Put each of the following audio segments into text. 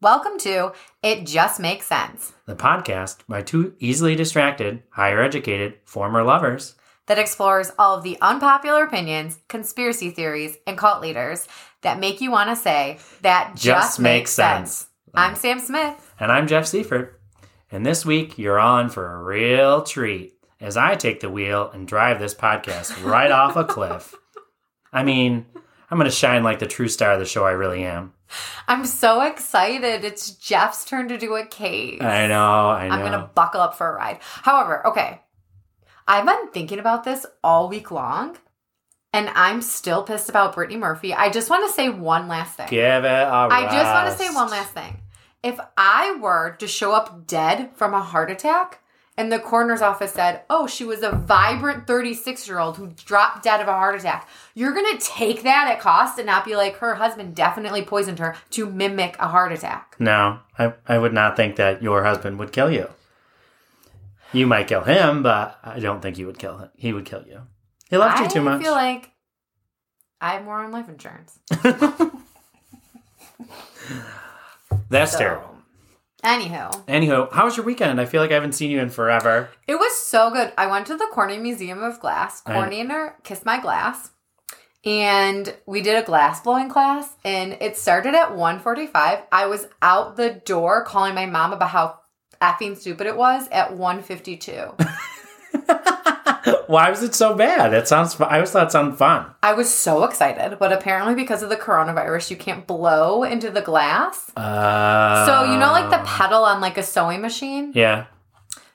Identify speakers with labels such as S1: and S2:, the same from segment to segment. S1: Welcome to It Just Makes Sense
S2: the podcast by two easily distracted, higher educated former lovers.
S1: that explores all of the unpopular opinions, conspiracy theories, and cult leaders that make you want to say that just, makes sense. I'm Sam Smith.
S2: And I'm Jeff Seifert. And this week, you're on for a real treat as I take the wheel and drive this podcast right off a cliff. I mean, I'm going to shine like the true star of the show I really am.
S1: I'm so excited. It's Jeff's turn to do a case.
S2: I know, I know.
S1: I'm going to buckle up for a ride. However, okay, I've been thinking about this all week long, and I'm still pissed about Brittany Murphy. I just want to say one last thing.
S2: Give it a
S1: I just want to
S2: rest.
S1: say one last thing. If I were to show up dead from a heart attack and the coroner's office said, oh, she was a vibrant 36 year old who dropped dead of a heart attack, you're going to take that at cost and not be like, her husband definitely poisoned her to mimic a heart attack.
S2: No, I, I would not think that your husband would kill you. You might kill him, but I don't think you would kill him. He would kill you. He loved you too
S1: I
S2: much.
S1: feel like I have more on life insurance.
S2: That's
S1: So.
S2: terrible.
S1: Anywho,
S2: Anywho, how was your weekend? I feel like I haven't seen you in forever.
S1: it was so good. I went to the Corning Museum of Glass.
S2: I-
S1: Corning and her kissed my glass. And we did a glass blowing class and it started at 145. I was out the door calling my mom about how effing stupid it was at 152.
S2: Why was it so bad? It sounds. fu- I always thought it sounded fun.
S1: I was so excited, but apparently because of the coronavirus, you can't blow into the glass.
S2: Uh,
S1: So you know like the pedal on like a sewing machine?
S2: yeah.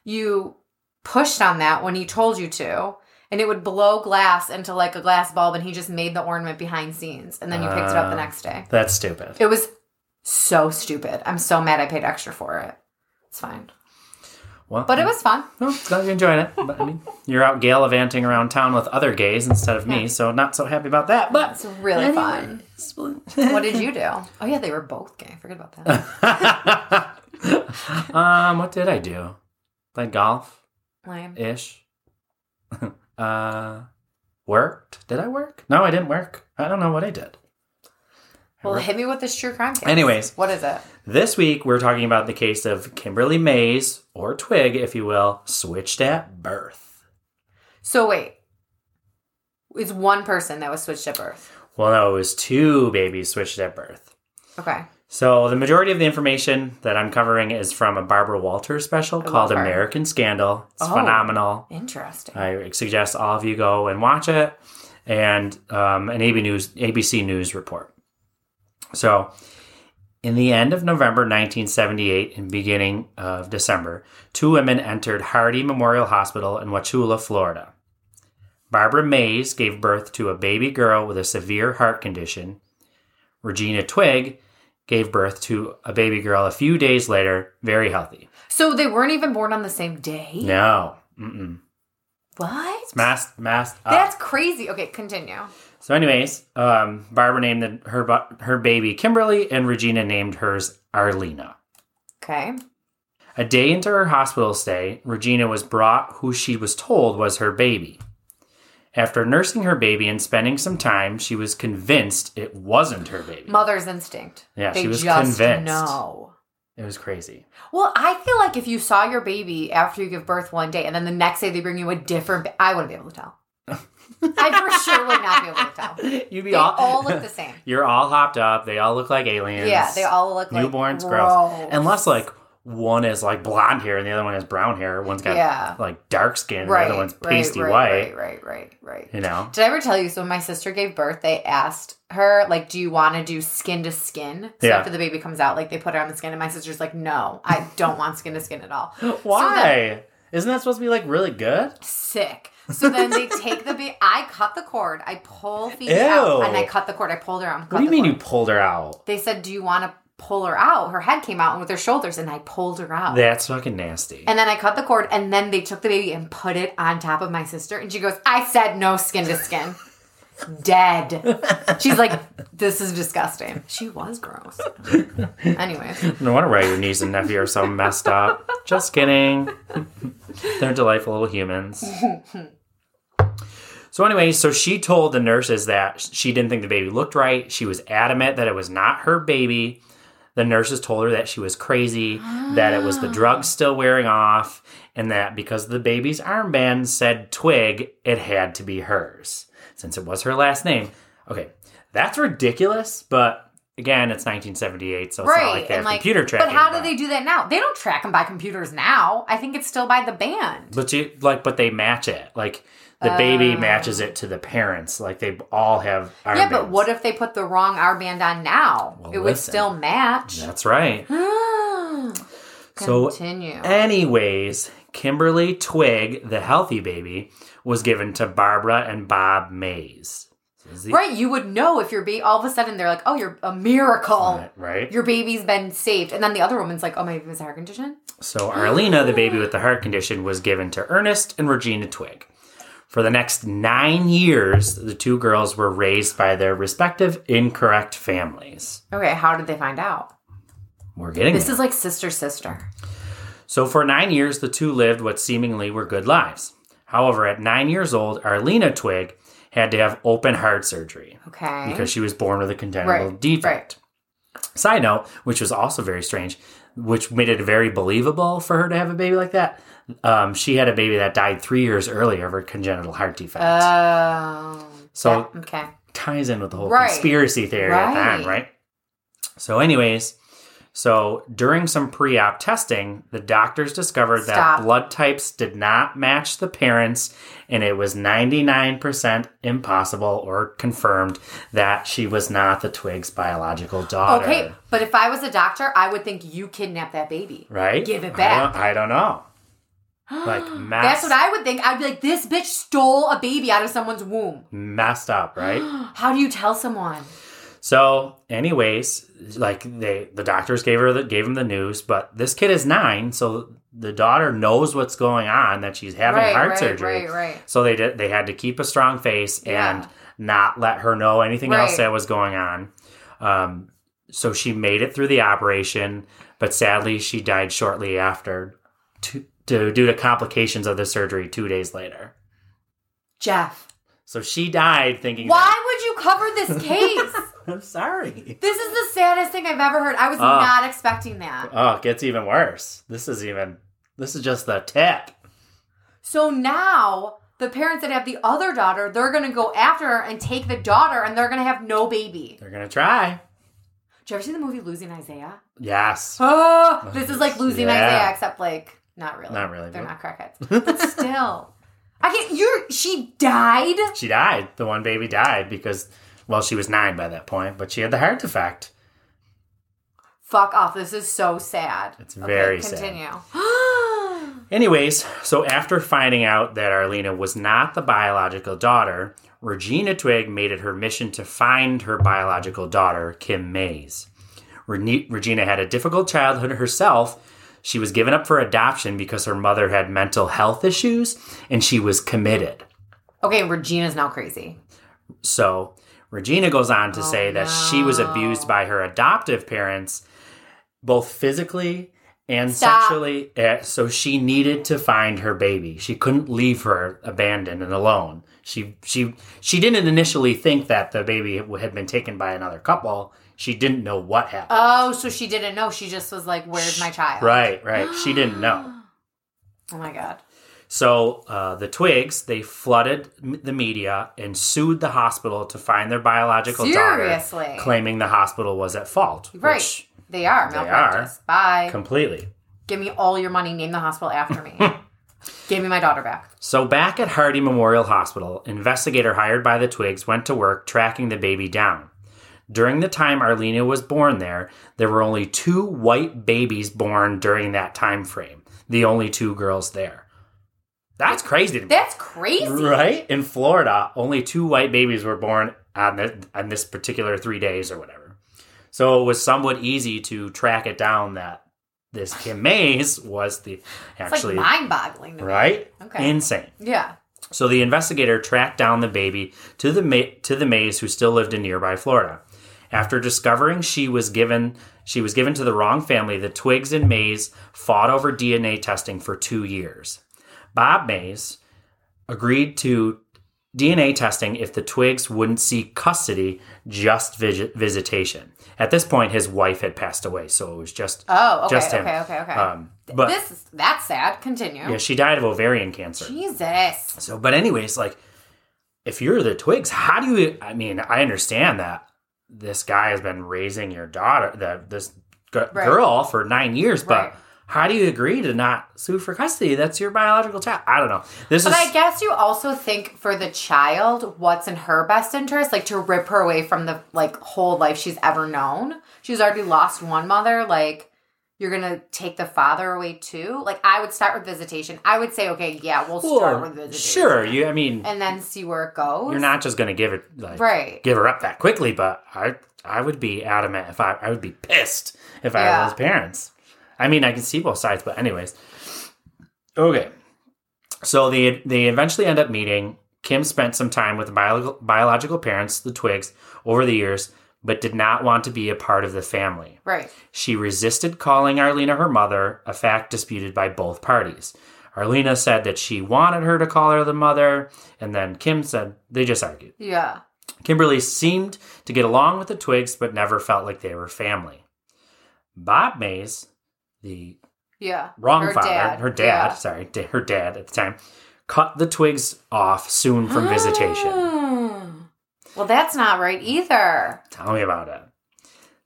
S1: you pushed on that when he told you to and it would blow glass into like a glass bulb and he just made the ornament behind scenes and then you picked it up the
S2: Ah.
S1: next day
S2: That's stupid.
S1: it was so stupid i'm so mad i paid extra for it it's fine
S2: Well,
S1: but it was fun
S2: Well, glad you enjoyed it. But I mean, you're out gallivanting around town with other gays instead of me, so not so happy about that. But
S1: it's really fun
S2: fun.
S1: what did you do oh yeah they were both gay i forget about that
S2: um, what did I do? Played golf
S1: lame
S2: ish. uh, worked? Did I work? No, I didn't work. I don't know what I did.
S1: well hit me with this true crime case
S2: Anyways.
S1: what is it
S2: This week we're talking about the case of Kimberly Mays, or Twig, if you will, switched at birth.
S1: so wait it's one person that was switched at birth
S2: Well, no, it was two babies switched at birth.
S1: okay
S2: So the majority of the information that I'm covering is from a Barbara Walters special
S1: love
S2: called
S1: her.
S2: American Scandal. It's
S1: Oh.
S2: phenomenal.
S1: interesting
S2: I suggest all of you go and watch it, and um, an AB News, ABC News report. So, in the end of November 1978 and beginning of December, two women entered Hardy Memorial Hospital in Wachula, Florida. Barbara Mays gave birth to a baby girl with a severe heart condition. Regina Twig gave birth to a baby girl a few days later, very healthy.
S1: so they weren't even born on the same day
S2: No, mm-mm.
S1: what
S2: Masked, masked up.
S1: That's crazy. Okay, continue.
S2: So, anyways, um, Barbara named the, her bu- her baby Kimberly, and Regina named hers Arlena.
S1: Okay.
S2: A day into her hospital stay, Regina was brought who she was told was her baby. After nursing her baby and spending some time, she was convinced it wasn't her baby.
S1: Mother's instinct.
S2: Yeah, she was convinced.
S1: know.
S2: It was crazy.
S1: Well, I feel like if you saw your baby after you give birth one day and then the next day they bring you a different ba- I wouldn't be able to tell. I for sure would not be able to tell.
S2: You'd be
S1: They
S2: all,
S1: all look the same.
S2: You're all hopped up. They all look like aliens.
S1: Yeah, they all look like
S2: newborns.
S1: gross.
S2: gross. Unless like one is like blonde hair and the other one has brown hair. One's got
S1: Yeah.
S2: like dark skin. and
S1: right,
S2: The other one's
S1: right,
S2: pasty
S1: right, Right,
S2: white.
S1: right, right, right.
S2: You know.
S1: Did I ever tell you? So when my sister gave birth, they asked her like, "Do you want to do skin to skin?" So
S2: Yeah.
S1: after the baby comes out, like they put her on the skin, and my sister's like, "No, I don't want skin to skin at all."
S2: Why? Isn't that supposed to be like really good?
S1: Sick. So then they take the baby. I cut the cord. I pull Phoebe out,
S2: Ew.
S1: and I cut the cord. I pulled her out. and
S2: What
S1: cut
S2: do you
S1: the
S2: mean
S1: cord.
S2: you pulled her out?
S1: They said, "Do you want to pull her out?" Her head came out with her shoulders, and I pulled her out.
S2: That's fucking nasty.
S1: and then I cut the cord, and then they took the baby and put it on top of my sister. And she goes, I said no skin to skin. Dead. She's like, this is disgusting. She was gross. Anyway,
S2: No wonder why your niece and nephew are so messed up. Just kidding. They're delightful little humans. So anyway, so she told the nurses that she didn't think the baby looked right. She was adamant that it was not her baby, The nurses told her that she was crazy, that it was the drugs
S1: Ah.
S2: still wearing off, and that because the baby's armband said Twig, it had to be hers since it was her last name. Okay, that's ridiculous, but again, it's 1978, so it's not like
S1: Right.
S2: they
S1: And
S2: have
S1: like
S2: computer tracking.
S1: But how do
S2: now.
S1: they do that now? They don't track them by computers now. I think it's still by the band.
S2: But you like, but they match it. Like the baby matches it to the parents. Like they all have.
S1: Oh. yeah, but
S2: armbands.
S1: what if they put the wrong armband on now?
S2: Well,
S1: it would
S2: listen.
S1: still match.
S2: That's right. So,
S1: Continue.
S2: anyways, Kimberly Twig, the healthy baby, was given to Barbara and Bob Mays. So is the-
S1: Right, you would know if your baby. All of a sudden, they're like, "Oh, you're a miracle!
S2: Right.
S1: Your baby's been saved." And then the other woman's like, "Oh, my baby has a heart condition."
S2: So Arlena, the baby with the heart condition, was given to Ernest and Regina Twig. For the next nine years, the two girls were raised by their respective incorrect families.
S1: Okay, how did they find out?
S2: We're getting
S1: This
S2: there.
S1: is like sister sister.
S2: So for nine years, the two lived what seemingly were good lives. However, at nine years old, Arlena Twig had to have open heart surgery
S1: Okay,
S2: because she was born with a congenital
S1: right,
S2: defect.
S1: right.
S2: Side note, which was also very strange, which made it very believable for her to have a baby like that. Um, she had a baby that died three years earlier of her congenital heart defect.
S1: Oh,
S2: so
S1: yeah, okay,
S2: ties in with the whole
S1: Right.
S2: conspiracy theory at the end,
S1: Right.
S2: right? So, anyways, so during some pre-op testing, the doctors discovered that
S1: Stop.
S2: blood types did not match the parents, and it was 99% impossible or confirmed that she was not the Twig's biological daughter.
S1: okay. But if I was a doctor, I would think you kidnapped that baby.
S2: Right?
S1: Give it
S2: I don't-
S1: back.
S2: I don't, know. Like messed,
S1: That's what I would think. I'd be like, "This bitch stole a baby out of someone's womb."
S2: messed up, right?
S1: How do you tell someone?
S2: So, anyways, like they, the doctors gave her the, gave him the news, but this kid is nine, so the daughter knows what's going on that she's having
S1: Right,
S2: heart
S1: right,
S2: surgery.
S1: right, right.
S2: So they did, they had to keep a strong face
S1: Yeah.
S2: and not let her know anything else
S1: Right.
S2: that was going on. Um, so she made it through the operation, but sadly, she died shortly after, to, to, due to complications of the surgery two days later.
S1: Jeff,
S2: So she died thinking, that-
S1: why would you cover this case?
S2: I'm sorry.
S1: This is the saddest thing I've ever heard. I was
S2: Ah.
S1: not expecting that.
S2: Oh, it gets even worse. This is even. This is just the tip.
S1: So now the parents that have the other daughter, they're gonna go after her and take the daughter, and they're gonna have no baby.
S2: They're gonna try.
S1: Did you ever see the movie Losing Isaiah?
S2: Yes.
S1: Oh, this is like Losing
S2: Yeah.
S1: Isaiah, except like not really.
S2: Not really,
S1: They're not
S2: but-
S1: crackheads, but still. I can't. You're. She died.
S2: She died. The one baby died because, well, she was nine by that point, but she had the heart defect.
S1: Fuck off. This is so sad.
S2: It's very sad.
S1: continue.
S2: Anyways, so after finding out that Arlena was not the biological daughter, Regina Twig made it her mission to find her biological daughter, Kim Mays. Rene- Regina had a difficult childhood herself. She was given up for adoption because her mother had mental health issues and she was committed.
S1: Okay, Regina's now crazy.
S2: So Regina goes on
S1: Oh,
S2: to say that she was abused by her adoptive parents, both physically and
S1: Stop.
S2: sexually. Eh, So she needed to find her baby. She couldn't leave her abandoned and alone. She she she didn't initially think that the baby had been taken by another couple. She didn't know what happened.
S1: Oh, so she didn't know. She just was like, "Where's my child?"
S2: right, right. She didn't know.
S1: Oh my god.
S2: So uh, the Twigs they flooded m- the media and sued the hospital to find their biological
S1: Seriously?
S2: daughter, claiming the hospital was at fault.
S1: Right.
S2: which-
S1: they are. malpractice. Bye.
S2: completely.
S1: Give me all your money. Name the hospital after me. Give me my daughter back.
S2: So back at Hardy Memorial Hospital, investigator hired by the Twigs went to work tracking the baby down. During the time Arlena was born there, there were only two white babies born during that time frame. The only two girls there. That's crazy to me.
S1: That's crazy.
S2: Right? In Florida, only two white babies were born on, the, on this particular three days or whatever. So it was somewhat easy to track it down that this Kim Mays was the
S1: It's like
S2: actually
S1: mind boggling.
S2: right?
S1: Okay.
S2: Insane.
S1: Yeah.
S2: So the investigator tracked down the baby to the ma- to the Mays who still lived in nearby Florida. After discovering she was given she was given to the wrong family, the Twigs and Mays fought over DNA testing for 2 years. Bob Mays agreed to DNA testing if the Twigs wouldn't seek custody, just visit, visitation. At this point, his wife had passed away, so it was just
S1: Oh, okay,
S2: just him.
S1: okay, okay, okay.
S2: Um, but
S1: this is, that's sad. Continue.
S2: yeah, she died of ovarian cancer.
S1: Jesus.
S2: So, but anyways, like if you're the Twigs, how do you? I mean, I understand that this guy has been raising your daughter, the, this g-
S1: Right.
S2: girl, for nine years, but.
S1: Right.
S2: How do you agree to not sue for custody? That's your biological child. I don't know. This
S1: But
S2: is
S1: I guess you also think for the child, what's in her best interest, like to rip her away from the like whole life she's ever known. She's already lost one mother. Like you're gonna take the father away too. Like I would start with visitation. I would say, okay, yeah, we'll start with
S2: Well,
S1: visitation.
S2: sure. You, I mean,
S1: and then see where it goes.
S2: you're not just going to give it like
S1: Right.
S2: give her up that quickly. But I, I would be adamant if I, I would be pissed if I
S1: Yeah.
S2: were his parents. I mean, I can see both sides, but anyways. Okay, so they they eventually end up meeting. Kim spent some time with the bio- biological parents, the Twigs, over the years, but did not want to be a part of the family.
S1: Right.
S2: She resisted calling Arlena her mother, a fact disputed by both parties. Arlena said that she wanted her to call her the mother, and then Kim said they just argued.
S1: Yeah.
S2: Kimberly seemed to get along with the Twigs, but never felt like they were family. Bob Mays, the
S1: Yeah.
S2: wrong
S1: Her
S2: father,
S1: dad,
S2: her dad,
S1: yeah.
S2: sorry, da- her dad at the time, cut the Twigs off soon from visitation.
S1: Hmm. Well, that's not right either.
S2: Tell me about it.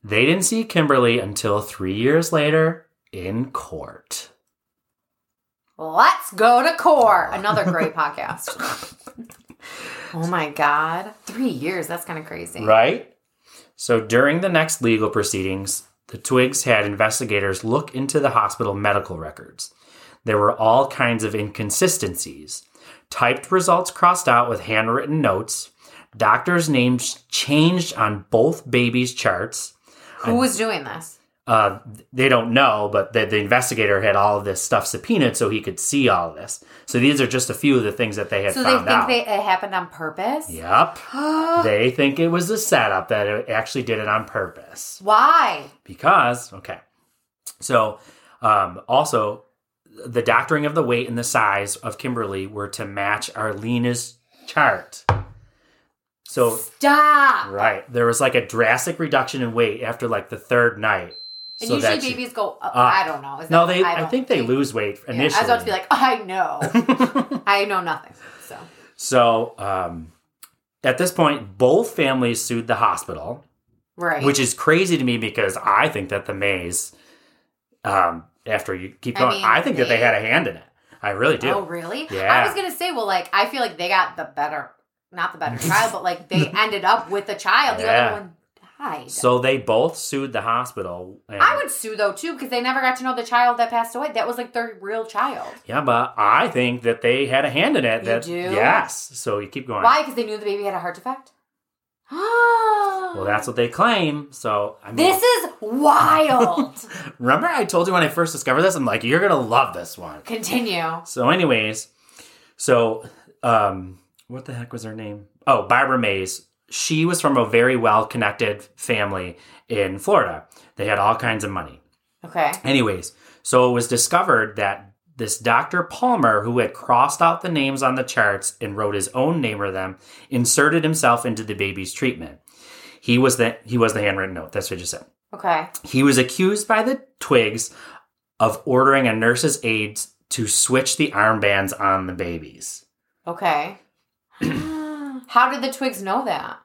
S2: They didn't see Kimberly until three years later in court.
S1: Let's go to core. Another great podcast. Oh my God. Three years. That's kind of crazy.
S2: Right? So during the next legal proceedings, the Twigs had investigators look into the hospital medical records. There were all kinds of inconsistencies. Typed results crossed out with handwritten notes. Doctors' names changed on both babies' charts.
S1: Who was doing this?
S2: Uh, they don't know, but the, the investigator had all of this stuff subpoenaed so he could see all of this. So these are just a few of the things that they had
S1: So they
S2: found
S1: think
S2: out.
S1: they, it happened on purpose?
S2: yep. they think it was a setup that it actually did it on purpose.
S1: Why?
S2: because okay so um, also the doctoring of the weight and the size of kimberly were to match arlena's chart so
S1: Stop.
S2: right there was like a drastic reduction in weight after like the third night
S1: And
S2: so
S1: usually
S2: that she-
S1: babies go, up. I don't know. Is
S2: no
S1: that-
S2: they i,
S1: don't
S2: think they lose weight
S1: Yeah, I
S2: initially
S1: was about to be like, I know. I know nothing. So,
S2: so um, at this point both families sued the hospital
S1: right.
S2: which is crazy to me because I think that the maze, um, after you keep
S1: I
S2: going, I,
S1: mean,
S2: think that they
S1: they-
S2: had a hand in it. I really do.
S1: Oh, really? I
S2: Yeah.
S1: was gonna say, well, like I feel like they got the better, not the better child, but like they ended up with a child. The
S2: Yeah.
S1: other one died.
S2: So they both sued the hospital. And,
S1: I would sue though too because they never got to know the child that passed away. That was like their real child.
S2: yeah, but I think that they had a hand in it.
S1: You
S2: That
S1: do?
S2: yes. So you keep going.
S1: Why? Because they knew the baby had a heart defect.
S2: Well, that's what they claim. So I mean,
S1: this is wild.
S2: remember I told you when I first discovered this, I'm like, you're gonna love this one.
S1: Continue.
S2: So, anyways, so um, what the heck was her name? Oh, Barbara Mays. She was from a very well-connected family in Florida. They had all kinds of money.
S1: Okay.
S2: Anyways, so it was discovered that this Dr. Palmer, who had crossed out the names on the charts and wrote his own name or them, inserted himself into the baby's treatment. He was the he was the handwritten note. That's what you said.
S1: Okay.
S2: He was accused by the Twigs of ordering a nurse's aide to switch the armbands on the babies.
S1: Okay. How did the twigs know that?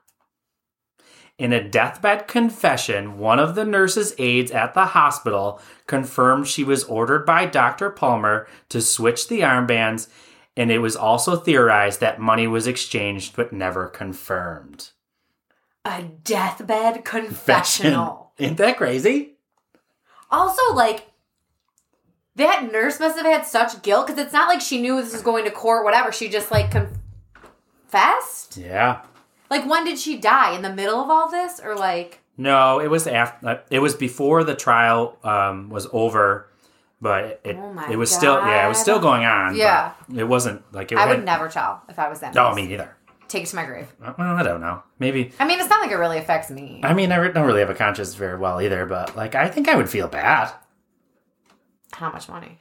S2: In a deathbed confession, one of the nurse's aides at the hospital confirmed she was ordered by Dr. Palmer to switch the armbands, and it was also theorized that money was exchanged but never confirmed.
S1: A deathbed confessional.
S2: Ain't that crazy?
S1: Also, like, that nurse must have had such guilt because it's not like she knew this was going to court, whatever. She just, like, confessed.
S2: Yeah.
S1: Like, when did she die? In the middle of all this? Or, like,
S2: No, it was after. It was before the trial um, was over, but it
S1: Oh my
S2: it was still yeah, it was
S1: God.
S2: still going on. but
S1: Yeah.
S2: it wasn't like it.
S1: I
S2: had-
S1: would never tell if I was that
S2: No,
S1: nurse.
S2: me neither.
S1: Take it to my grave.
S2: Well, I don't know. Maybe
S1: I mean, it's not like it really affects me.
S2: I mean I re- don't really have a conscience very well either, but like I think I would feel bad.
S1: How much money?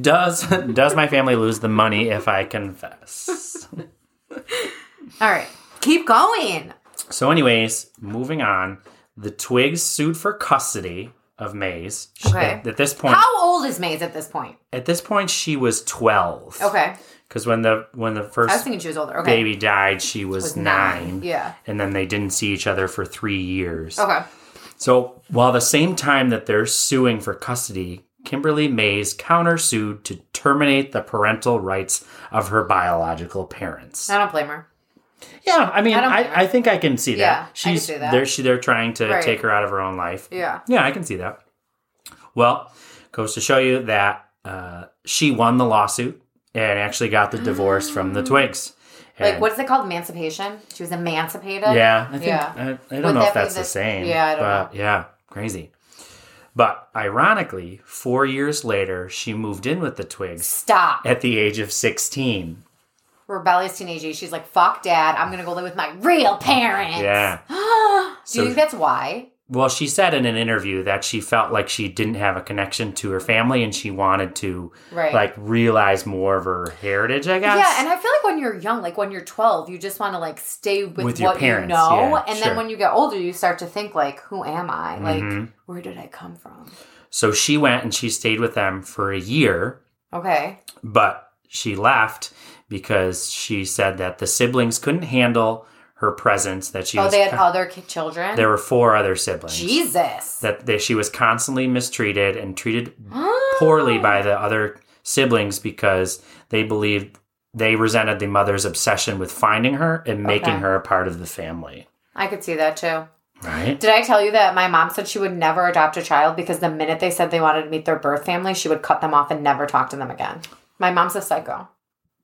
S2: Does does my family lose the money if I confess?
S1: All right. Keep going.
S2: So, anyways, moving on. The Twigs sued for custody of Mays. She-
S1: Okay.
S2: At, at this point,
S1: How old is Maze at this point?
S2: at this point, she was twelve.
S1: Okay.
S2: Because when the when the
S1: I was
S2: first
S1: thinking she was older. Okay.
S2: baby died, she was, nine.
S1: Yeah.
S2: And then they didn't see each other for three years.
S1: Okay.
S2: So while the same time that they're suing for custody, Kimberly Mays countersued to terminate the parental rights of her biological parents.
S1: I don't blame her.
S2: Yeah, I mean,
S1: I don't
S2: I,
S1: blame
S2: I, think I can see that.
S1: Yeah, I can
S2: She's
S1: see that.
S2: they're she, they're trying to
S1: Right.
S2: take her out of her own life.
S1: Yeah.
S2: Yeah, I can see that. Well, goes to show you that uh, she won the lawsuit and actually got the divorce from the Twigs.
S1: Mm. Like,
S2: And-
S1: what is it called? Emancipation? She was emancipated?
S2: Yeah, I think
S1: Yeah.
S2: I, I don't
S1: Would
S2: know
S1: that be
S2: if that's the,
S1: the-
S2: same.
S1: Yeah, I don't
S2: but, Yeah, crazy. But ironically, four years later, she moved in with the Twigs
S1: Stop.
S2: at the age of sixteen.
S1: Rebellious teenage. years. She's like, fuck dad. I'm going to go live with my real parents.
S2: Yeah.
S1: Do you
S2: So-
S1: think that's why?
S2: Well, she said in an interview that she felt like she didn't have a connection to her family and she wanted to
S1: Right.
S2: like realize more of her heritage, I guess.
S1: Yeah, and I feel like when you're young, like when you're 12, you just want to like stay with,
S2: With your
S1: what
S2: parents,
S1: you know,
S2: yeah,
S1: and
S2: sure. Mm-hmm.
S1: then when you get older, you start to think like, who am I? Like, where did I come from?
S2: so she went and she stayed with them for a year,
S1: Okay,
S2: but she left because she said that the siblings couldn't handle her presence that she
S1: oh,
S2: was
S1: they had other ki- children.
S2: there were four other siblings.
S1: Jesus,
S2: That they, she was constantly mistreated and treated poorly by the other siblings because they believed they resented the mother's obsession with finding her and making
S1: Okay.
S2: her a part of the family.
S1: I could see that too.
S2: Right?
S1: Did I tell you that my mom said she would never adopt a child because the minute they said they wanted to meet their birth family, she would cut them off and never talk to them again. My mom's a psycho.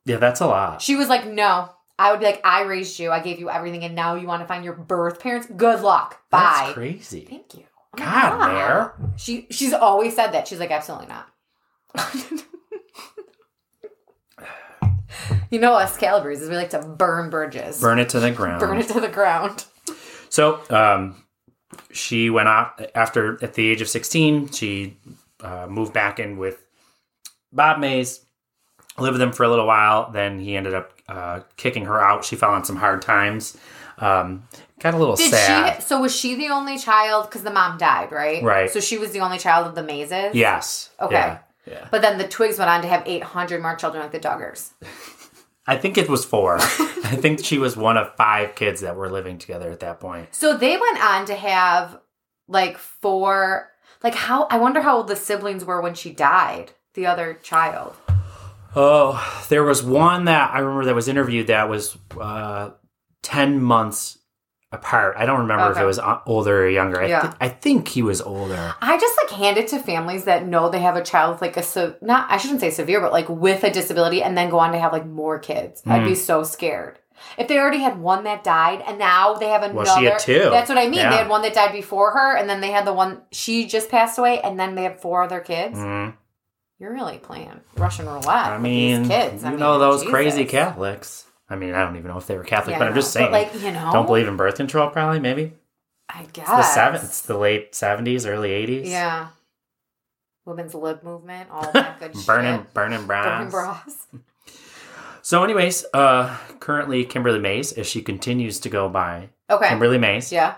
S2: Yeah, that's a lot.
S1: She was like, no. I would be like, I raised you, I gave you everything, and now you want to find your birth parents? Good luck. Bye.
S2: That's crazy.
S1: Thank you. Oh my
S2: God, Mare.
S1: She she's always said that. She's like, absolutely not. you know us Calibers is we like to burn bridges.
S2: Burn it to the ground.
S1: Burn it to the ground.
S2: So um, she went off after at the age of sixteen. She uh, moved back in with Bob Mays, lived with him for a little while. Then he ended up uh, kicking her out. She fell on some hard times. Um, got a little
S1: Did
S2: sad.
S1: she so was she the only child because the mom died, right?
S2: Right.
S1: So she was the only child of the mazes?
S2: Yes.
S1: Okay.
S2: Yeah. Yeah.
S1: But then the twigs went on to have eight hundred more children like the Doggers.
S2: I think it was four. I think she was one of five kids that were living together at that point.
S1: So they went on to have like four like how I wonder how old the siblings were when she died, the other child.
S2: Oh, there was one that I remember that was interviewed that was uh, 10 months apart. I don't remember if
S1: Okay.
S2: it was o- older or younger. I,
S1: Yeah.
S2: thi- I think he was older.
S1: I just like hand it to families that know they have a child with like a se- not I shouldn't say severe, but like with a disability, and then go on to have like more kids. I'd be
S2: Mm.
S1: so scared if they already had one that died, and now they have another.
S2: Well, she had two.
S1: That's what I mean.
S2: Yeah.
S1: They had one that died before her, and then they had the one she just passed away, and then they have four other kids.
S2: Mhm.
S1: You're really playing Russian roulette.
S2: I
S1: with
S2: mean,
S1: these kids.
S2: you
S1: I mean,
S2: know those
S1: Jesus.
S2: crazy Catholics. I mean, I don't even know if they were Catholic,
S1: Yeah,
S2: but
S1: I
S2: I'm just
S1: know.
S2: saying.
S1: But, like you know,
S2: don't believe in birth control, probably, maybe.
S1: I guess
S2: It's the seven, it's the late 70s, early 80s.
S1: Yeah, women's lib movement, all that good shit.
S2: Burning, burning
S1: Burning
S2: bras.
S1: bras.
S2: So, anyways, uh, currently Kimberly Mays, if she continues to go by
S1: Okay.
S2: Kimberly Mays,
S1: Yeah.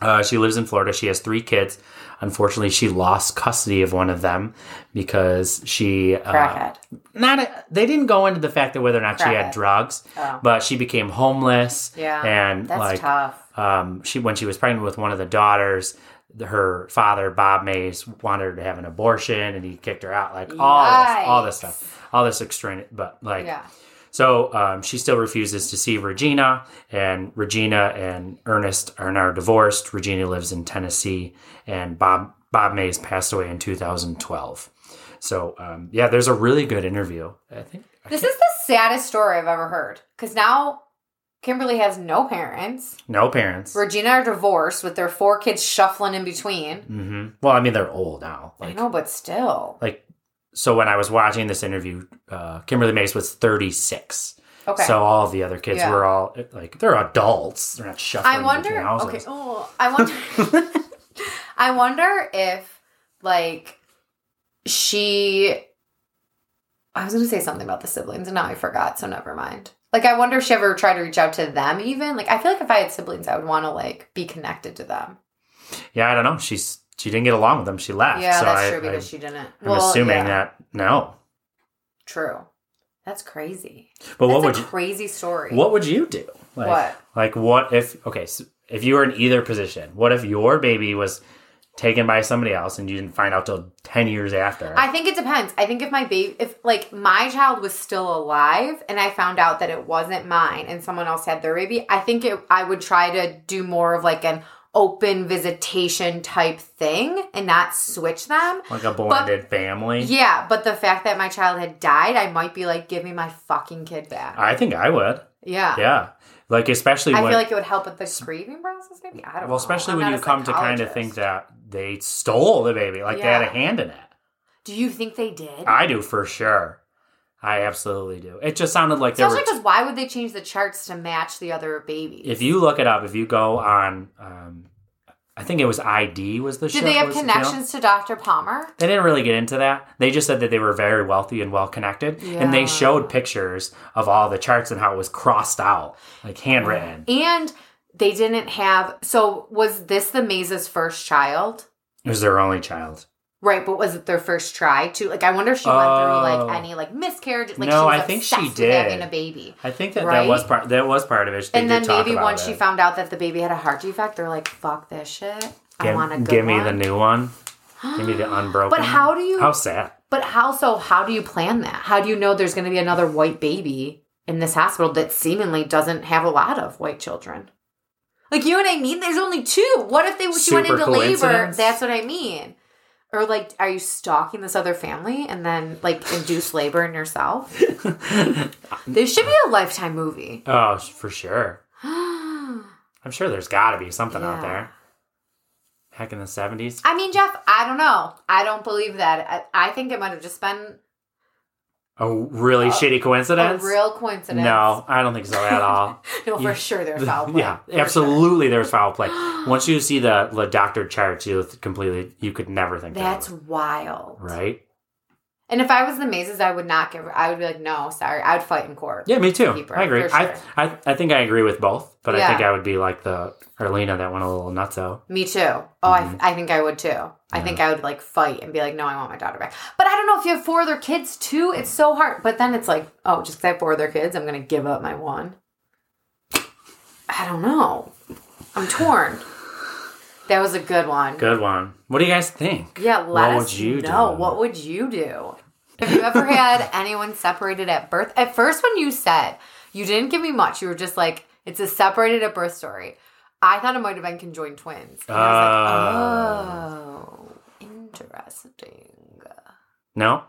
S2: Uh, she lives in Florida. She has three kids. Unfortunately, she lost custody of one of them because she uh,
S1: Crackhead.
S2: not. A, they didn't go into the fact that whether or not she had
S1: Crackhead.
S2: drugs,
S1: Oh.
S2: but she became homeless.
S1: Yeah,
S2: and
S1: That's
S2: Um, like
S1: tough.
S2: um, she when she was pregnant with one of the daughters, her father Bob Mays wanted her to have an abortion, and he kicked her out. Like all this, all this
S1: Yikes.
S2: stuff, all this extraneous. But like,
S1: Yeah.
S2: so um, she still refuses to see Regina, and Regina and Ernest are now divorced. Regina lives in Tennessee, and Bob Bob Mays passed away in 2012. So um, yeah, there's a really good interview. I think
S1: This is the saddest story I've ever heard. Because now Kimberly has no parents.
S2: no parents.
S1: Regina are divorced with their four kids shuffling in between.
S2: hmm Well, I mean they're old now.
S1: I
S2: Like
S1: know, but still.
S2: like so when I was watching this interview, uh, Kimberly Mays was 36.
S1: Okay.
S2: So all of the other kids
S1: Yeah.
S2: were all like they're adults. They're not shuffling.
S1: I
S2: between
S1: wonder.
S2: houses.
S1: Okay. Oh, I wonder. I wonder if like she I was going to say something about the siblings, and now I forgot, so never mind. Like, I wonder if she ever tried to reach out to them, even. Like, I feel like if I had siblings, I would want to like be connected to them.
S2: Yeah, I don't know. She's she didn't get along with them. She left.
S1: yeah,
S2: so
S1: that's
S2: I,
S1: true because
S2: I,
S1: she didn't.
S2: am assuming
S1: yeah,
S2: that no.
S1: True. That's crazy.
S2: But
S1: That's
S2: what would
S1: a
S2: you
S1: crazy story.
S2: what would you do? Like,
S1: What?
S2: Like what if okay, so if you were in either position, what if your baby was taken by somebody else and you didn't find out till 10 years after?
S1: I think it depends. I think if my baby, if like my child was still alive and I found out that it wasn't mine and someone else had their baby, I think it, I would try to do more of like an open visitation type thing and not switch them.
S2: like a blended family?
S1: Yeah, but the fact that my child had died, I might be like, give me my fucking kid back.
S2: I think I would.
S1: yeah.
S2: Yeah. Like especially
S1: I
S2: when
S1: feel like it would help with the grieving process, maybe. I don't know.
S2: well, especially
S1: I'm
S2: when
S1: not
S2: you
S1: a
S2: come to kind of
S1: psychologist.
S2: think that they stole the baby, like they had
S1: Yeah.
S2: a hand in it.
S1: Do you think they did?
S2: I do for sure. I absolutely do. It just sounded like there were
S1: Especially because why would they change the charts to match the other babies?
S2: if you look it up, if you go on, um, I think it was ID was the show.
S1: Did they have
S2: was the channel.
S1: connections to Dr. Palmer?
S2: They didn't really get into that. They just said that they were very wealthy and well connected, and
S1: Yeah.
S2: they showed pictures of all the charts and how it was crossed out, like handwritten.
S1: And they didn't have. So was this the Maze's first child?
S2: It was their only child.
S1: Right, but was it their first try too? Like, I wonder if she went through
S2: Oh.
S1: like any like miscarriage. Like,
S2: No,
S1: she was
S2: I think
S1: obsessed
S2: she
S1: with having a
S2: did.
S1: baby.
S2: I think that that
S1: Right?
S2: was part. That was part of it. They
S1: and
S2: did
S1: then
S2: talk
S1: maybe
S2: about
S1: once
S2: it.
S1: she found out that the baby had a heart defect, they're like, "Fuck this shit. I
S2: Give-
S1: want to
S2: give me the new one. Give me the unbroken.
S1: But how do you?
S2: How sad.
S1: But how so? How do you plan that? How do you know there's going to be another white baby in this hospital that seemingly doesn't have a lot of white children? Like you know what I mean? There's only two. What if they she went
S2: Super
S1: into labor?
S2: coincidence.
S1: That's what I mean. Or like, are you stalking this other family and then like induce labor in yourself? This should be a lifetime movie.
S2: Oh, for sure.
S1: I
S2: I'm sure there's got to be something out
S1: Yeah.
S2: there. Back in the 70s.
S1: mean, Jeff, I don't know. I don't believe that. I, I think it might have just been
S2: A really shitty
S1: Uh, a
S2: coincidence?
S1: real coincidence.
S2: no, I don't think so at all.
S1: no, for sure there's foul play.
S2: yeah,
S1: For sure.
S2: absolutely there's foul play. Once you see the, the doctor charts, you completely, you could never think that
S1: That's
S2: was-
S1: wild.
S2: Right?
S1: And if I was the Mazes, I would not give. I would be like, no, sorry. I would fight in court.
S2: Yeah, me too.
S1: Keeper,
S2: I agree.
S1: for sure.
S2: I, I I think I agree with both, but
S1: Yeah.
S2: I think I would be like the Erlina that went a little nutso.
S1: Me too. Oh,
S2: Mm-hmm.
S1: I, I think I would too. I think I would like fight and be like, no, I want my daughter back. But I don't know if you have four other kids too. It's so hard. But then it's like, oh, just because I have four other kids, I'm going to give up my one. I don't know. I'm torn. That was a good one.
S2: Good one. What do you guys think?
S1: Yeah, let
S2: What
S1: us
S2: would you
S1: know.
S2: do?
S1: What would you do? Have you ever had anyone separated at birth? At first, when you said you didn't give me much, you were just like, "It's a separated at birth story." I thought it might have been conjoined twins. And I
S2: Ah.
S1: was like, "Oh, interesting."
S2: No,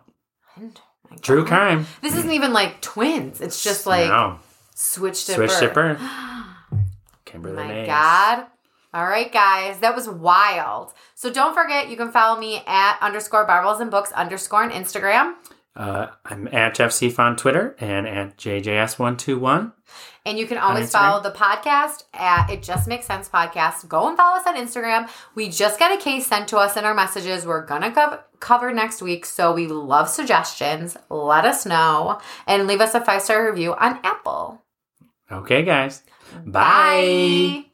S1: And- my
S2: true
S1: God.
S2: crime.
S1: This isn't even like twins. It's just Uh-huh. like
S2: no.
S1: switched at
S2: switched
S1: birth.
S2: at birth. Kimberly
S1: my
S2: Mays.
S1: god all right guys that was wild so don't forget you can follow me at underscore barbells and books underscore on instagram
S2: Uh, I'm at Jeff Seif on Twitter and at JJS121.
S1: and you can always
S2: Instagram.
S1: follow the podcast at it just makes sense podcast go and follow us on instagram we just got a case sent to us in our messages we're gonna cov- cover next week so we love suggestions let us know and leave us a five star review on apple
S2: Okay, guys. Bye.
S1: bye.